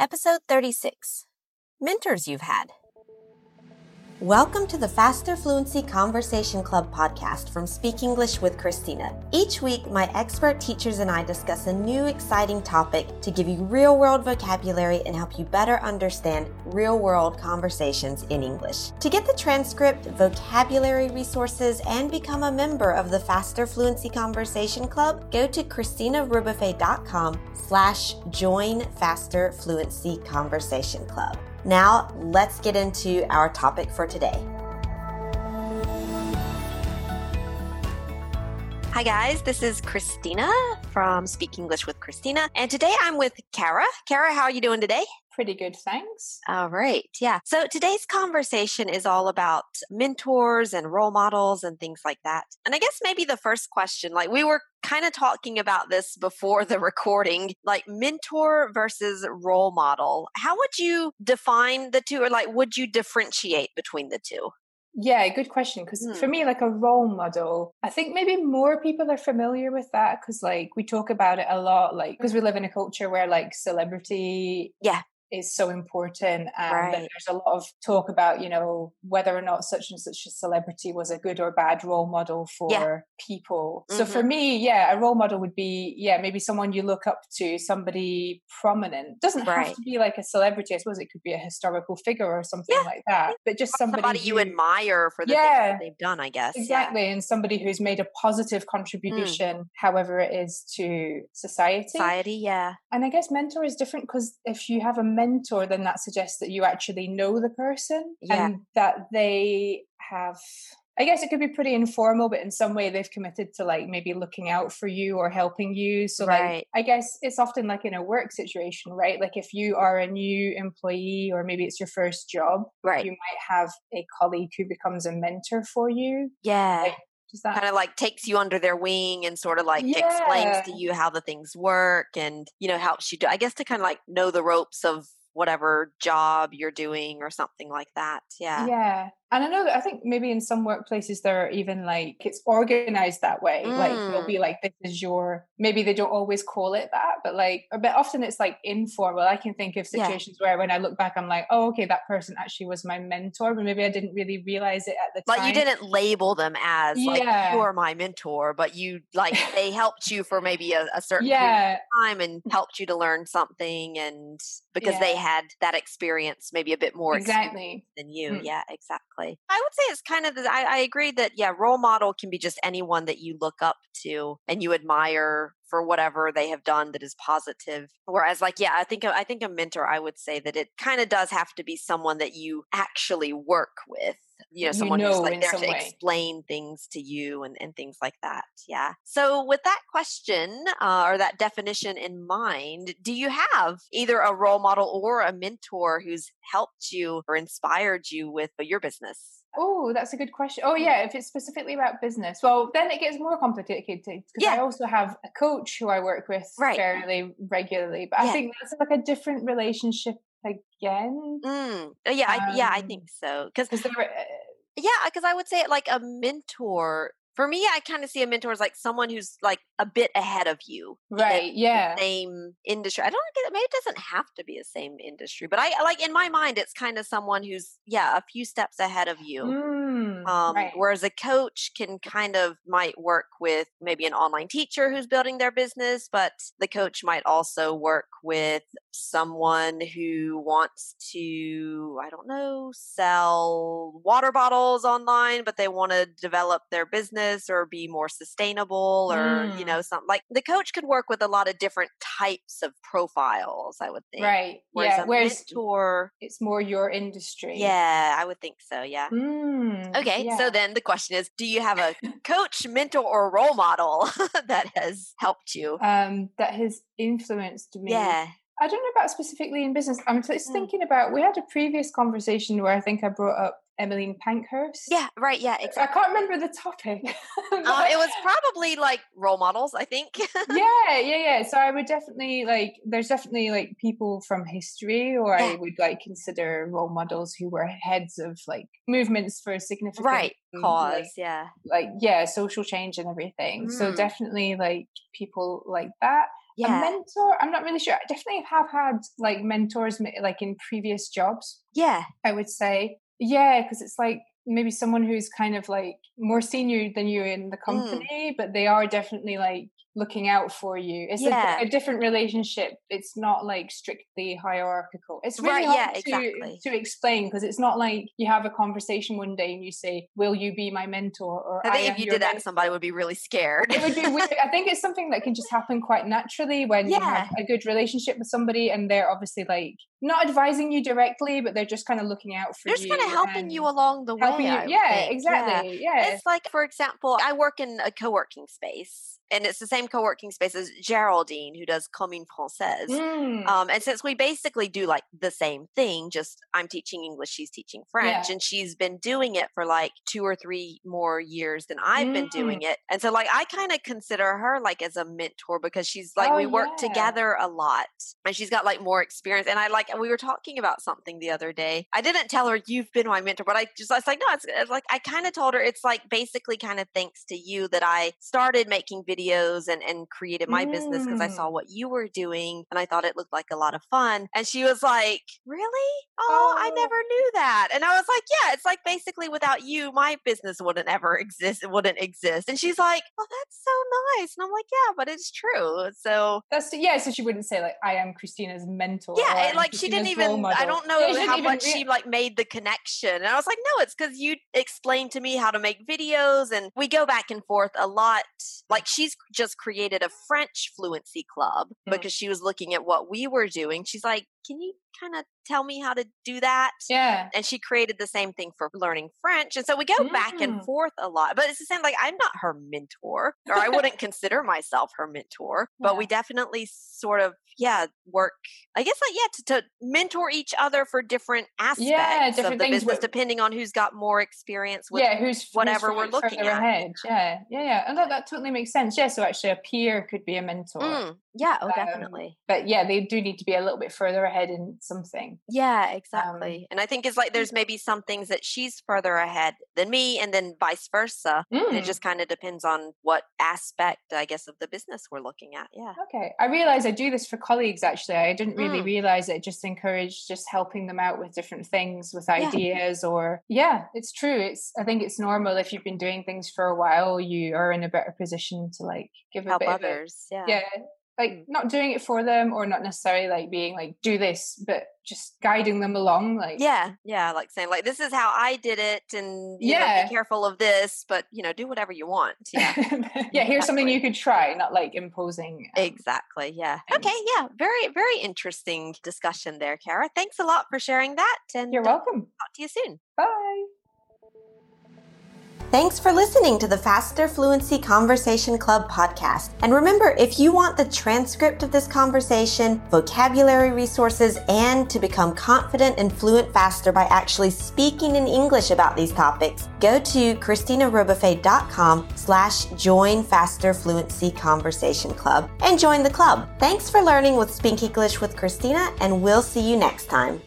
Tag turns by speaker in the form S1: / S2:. S1: Episode 36 Mentors You've Had. Welcome to the Faster Fluency Conversation Club podcast from Speak English with Christina. Each week, my expert teachers and I discuss a new exciting topic to give you real world vocabulary and help you better understand real world conversations in English. To get the transcript, vocabulary resources, and become a member of the Faster Fluency Conversation Club, go to christinarubuffet.com slash join Faster Fluency Conversation Club. Now, let's get into our topic for today. Hi, guys. This is Christina from Speak English with Christina. And today I'm with Kara. Kara, how are you doing today?
S2: Pretty good, thanks.
S1: All right. Yeah. So today's conversation is all about mentors and role models and things like that. And I guess maybe the first question, like we were kind of talking about this before the recording, like mentor versus role model. How would you define the two or like would you differentiate between the two?
S2: Yeah, good question. Because
S1: Hmm.
S2: for me, like a role model, I think maybe more people are familiar with that because, like, we talk about it a lot, like, because we live in a culture where, like, celebrity
S1: Yeah.
S2: is so important. And
S1: Right.
S2: then there's a lot of talk about, you know, whether or not such and such a celebrity was a good or bad role model for
S1: Yeah. Mm-hmm.
S2: people. So for me, yeah, a role model would be, yeah, maybe someone you look up to, somebody prominent. Doesn't
S1: Right.
S2: have to be like a celebrity. I suppose it could be a historical figure or something
S1: Yeah.
S2: like that, but just somebody,
S1: Somebody, you admire for the
S2: Yeah.
S1: things that they've done, I guess. Yeah.
S2: Exactly, and somebody who's made a positive
S1: Mm.
S2: contribution, however it is, to society.
S1: Society, yeah.
S2: And I guess mentor is different because if you have a mentor, then that suggests that you actually know the person
S1: Yeah.
S2: and that they have. I guess it could be pretty informal, but in some way they've committed to like maybe looking out for you or helping you. So,
S1: Right.
S2: like, I guess it's often like in a work situation, right? Like, if you are a new employee or maybe it's your first job,
S1: Right.
S2: you might have a colleague who becomes a mentor for you.
S1: yeah.
S2: like, Does that
S1: kind of like takes you under their wing and sort of like explains to you how the things work and you know helps you do i guess to kind of like know the ropes of whatever job you're doing or something like that yeah
S2: Yeah. And I know that I think maybe in some workplaces there are even like it's organized that way. Like they'll
S1: Mm.
S2: be like, this is your maybe they don't always call it that, but like but often it's like informal. I can think of
S1: Yeah.
S2: situations where when I look back I'm like, oh okay, that person actually was my mentor, but maybe I didn't really realize it at the
S1: like
S2: time.
S1: you didn't label them as like
S2: Yeah.
S1: you're my mentor but you like they helped you for maybe a, a certain period
S2: Yeah.
S1: time and helped you to learn something and because they had that experience maybe a bit more experience
S2: Exactly.
S1: than you
S2: Mm.
S1: yeah exactly i would say it's kind of the, I, I agree that yeah role model can be just anyone that you look up to and you admire for whatever they have done that is positive whereas like yeah i think a- i think a mentor i would say that it kind of does have to be someone that you actually work with you know
S2: You
S1: someone who's
S2: know
S1: like
S2: in
S1: there
S2: some
S1: to
S2: way.
S1: explain things to you and, and things like that yeah so with that question uh, or that definition in mind do you have either a role model or a mentor who's helped you or inspired you with uh, your business
S2: Oh, that's a good question. Oh, yeah, if it's specifically about business, well, then it gets more complicated because I
S1: Yeah.
S2: also have a coach who I work with
S1: Right.
S2: fairly regularly, but
S1: Yeah.
S2: I think that's like a different relationship again
S1: mm, uh, yeah I, yeah i
S2: Um,
S1: think so because
S2: because there were, uh,
S1: Yeah, because I would say it like a mentor. For me, I kind of see a mentor as like someone who's like a bit ahead of you. in the-
S2: right,
S1: the
S2: yeah,
S1: Same industry. I don't get it. Maybe it doesn't have to be the same industry, but I like in my mind, it's kind of someone who's, yeah, a few steps ahead of you.
S2: Mm,
S1: Um,
S2: right.
S1: Whereas a coach can kind of might work with maybe an online teacher who's building their business, but the coach might also work with someone who wants to, I don't know, sell water bottles online, but they want to develop their business or be more sustainable or, you
S2: Mm.
S1: know, something like the coach could work with a lot of different types of profiles, I would think.
S2: right,
S1: Whereas
S2: yeah.
S1: a
S2: Whereas
S1: mentor,
S2: it's more your industry,
S1: yeah, I would think so. Yeah.
S2: Mm,
S1: Okay,
S2: yeah.
S1: so then the question is Do you have a coach, mentor, or role model that has helped you?
S2: um, that has influenced me.
S1: Yeah.
S2: I don't know about specifically in business. I'm just
S1: Mm.
S2: thinking about we had a previous conversation where I think I brought up Emmeline Pankhurst.
S1: Yeah, right. Yeah,
S2: I
S1: exactly.
S2: can't remember the topic.
S1: Um,
S2: but-
S1: it was probably like role models, I think.
S2: yeah, yeah, yeah. So I would definitely like. There's definitely like people from history, or
S1: Yeah.
S2: I would like consider role models who were heads of like movements for significant
S1: right.
S2: mm, like,
S1: Cause. Yeah.
S2: like yeah, social change and everything. So
S1: Mm.
S2: definitely like people like that. A mentor, I'm not really sure. I definitely have had like mentors ma- like in previous jobs,
S1: Yeah.
S2: I would say. Yeah, because it's like maybe someone who's kind of like more senior than you in the
S1: Mm.
S2: company, but they are definitely like looking out for you. It's a-
S1: Yeah.
S2: a, different relationship. It's not like strictly hierarchical. It's really
S1: Right,
S2: hard
S1: yeah,
S2: to,
S1: exactly.
S2: to explain because it's not like you have a conversation one day and you say, Will you be my mentor? Or
S1: I think
S2: am
S1: if you
S2: your
S1: did that,
S2: mentor."
S1: somebody would be really scared.
S2: it would be weird. I think it's something that can just happen quite naturally when you have a good relationship with somebody and they're obviously like not advising you directly, but they're just kind of looking out for
S1: They're
S2: you.
S1: just kind of helping you
S2: and
S1: along the
S2: helping
S1: way.
S2: you.
S1: I would
S2: Yeah,
S1: think.
S2: exactly. Yeah.
S1: It's like, for example, I work in a co working space, and it's the same co working space as Geraldine, who does Commune Francaise.
S2: Mm,
S1: Um, and since we basically do like the same thing, just I'm teaching English, she's teaching French,
S2: Yeah.
S1: and she's been doing it for like two or three more years than I've
S2: Mm.
S1: been doing it. And so, like, I kind of consider her like as a mentor because she's like,
S2: Oh,
S1: we work
S2: yeah.
S1: together a lot and she's got like more experience. And I like, we were talking about something the other day. I didn't tell her you've been my mentor, but I just, I was like, no, it's, it's like, I kind of told her it's like basically kind of thanks to you that I started making videos and, and created my business because I
S2: Mm.
S1: saw saw what you were doing and I thought it looked like a lot of fun. And she was like, Really? Oh, I
S2: Oh.
S1: never knew that. And I was like, Yeah, it's like basically without you, my business wouldn't ever exist. It wouldn't exist. And she's like, Oh, that's so nice. And I'm like, Yeah, but it's true. So
S2: that's yeah. So she wouldn't say like I am Christina's mentor. or
S1: yeah,
S2: "I
S1: it,
S2: am
S1: like she didn't
S2: Christina's role
S1: even. I
S2: model."
S1: don't know
S2: Yeah, she didn't
S1: how
S2: even
S1: much
S2: rea-
S1: she like made the connection, and I was like, no, it's because you explained to me how to make videos, and we go back and forth a lot. Like she's just created a French fluency club
S2: Mm.
S1: because she was looking at what we were doing. She's like, can you kind of tell me how to do that?
S2: Yeah.
S1: And she created the same thing for learning French. And so we go back and
S2: Mm.
S1: forth a lot. But it's the same, like, I'm not her mentor, or I wouldn't consider myself her mentor, but we definitely sort of, yeah, work, I guess, like, yeah, to, to mentor each other for different aspects of
S2: different
S1: the
S2: things,
S1: business,
S2: but-
S1: depending on who's got more experience with.
S2: yeah, who's who's
S1: whatever we're
S2: further
S1: looking at, you
S2: ahead. Yeah, yeah, yeah. And that, that totally makes sense. Yeah, so actually a peer could be a mentor.
S1: Mm, yeah, oh,
S2: Um,
S1: definitely.
S2: But yeah, they do need to be a little bit further ahead in something.
S1: Yeah, exactly. and I think it's like there's maybe some things that she's further ahead than me, and then vice versa. And
S2: Mm.
S1: it just kind of depends on what aspect, I guess, of the business we're looking at. Yeah.
S2: Okay. I realize I do this for colleagues actually. I didn't really
S1: Mm.
S2: realize it just encouraged just helping them out with different things, with
S1: Yeah.
S2: ideas or yeah, it's true. It's I think it's normal if you've been doing things for a while, you are in a better position to like give a
S1: Help
S2: bit of a-
S1: others. yeah.
S2: yeah. Like
S1: Mm.
S2: not doing it for them or not necessarily like being like do this, but just guiding them along like
S1: Yeah. Yeah. Like saying, like, this is how I did it. And, you know,
S2: Yeah.
S1: be careful of this, but, you know, do whatever you want. Yeah.
S2: yeah, here's something
S1: Exactly.
S2: you could try, not like imposing. um,
S1: exactly. Yeah.
S2: Thanks.
S1: Okay. Yeah. Very, very interesting discussion there, Kara. Thanks a lot for sharing that. And
S2: You're
S1: uh,
S2: welcome.
S1: talk to you soon.
S2: Bye.
S1: Thanks for listening to the Faster Fluency Conversation Club podcast. And remember, if you want the transcript of this conversation, vocabulary resources, and to become confident and fluent faster by actually speaking in English about these topics, go to christinarobafay.com slash join Faster Fluency Conversation Club and join the club. Thanks for learning with Speak English with Christina, and we'll see you next time.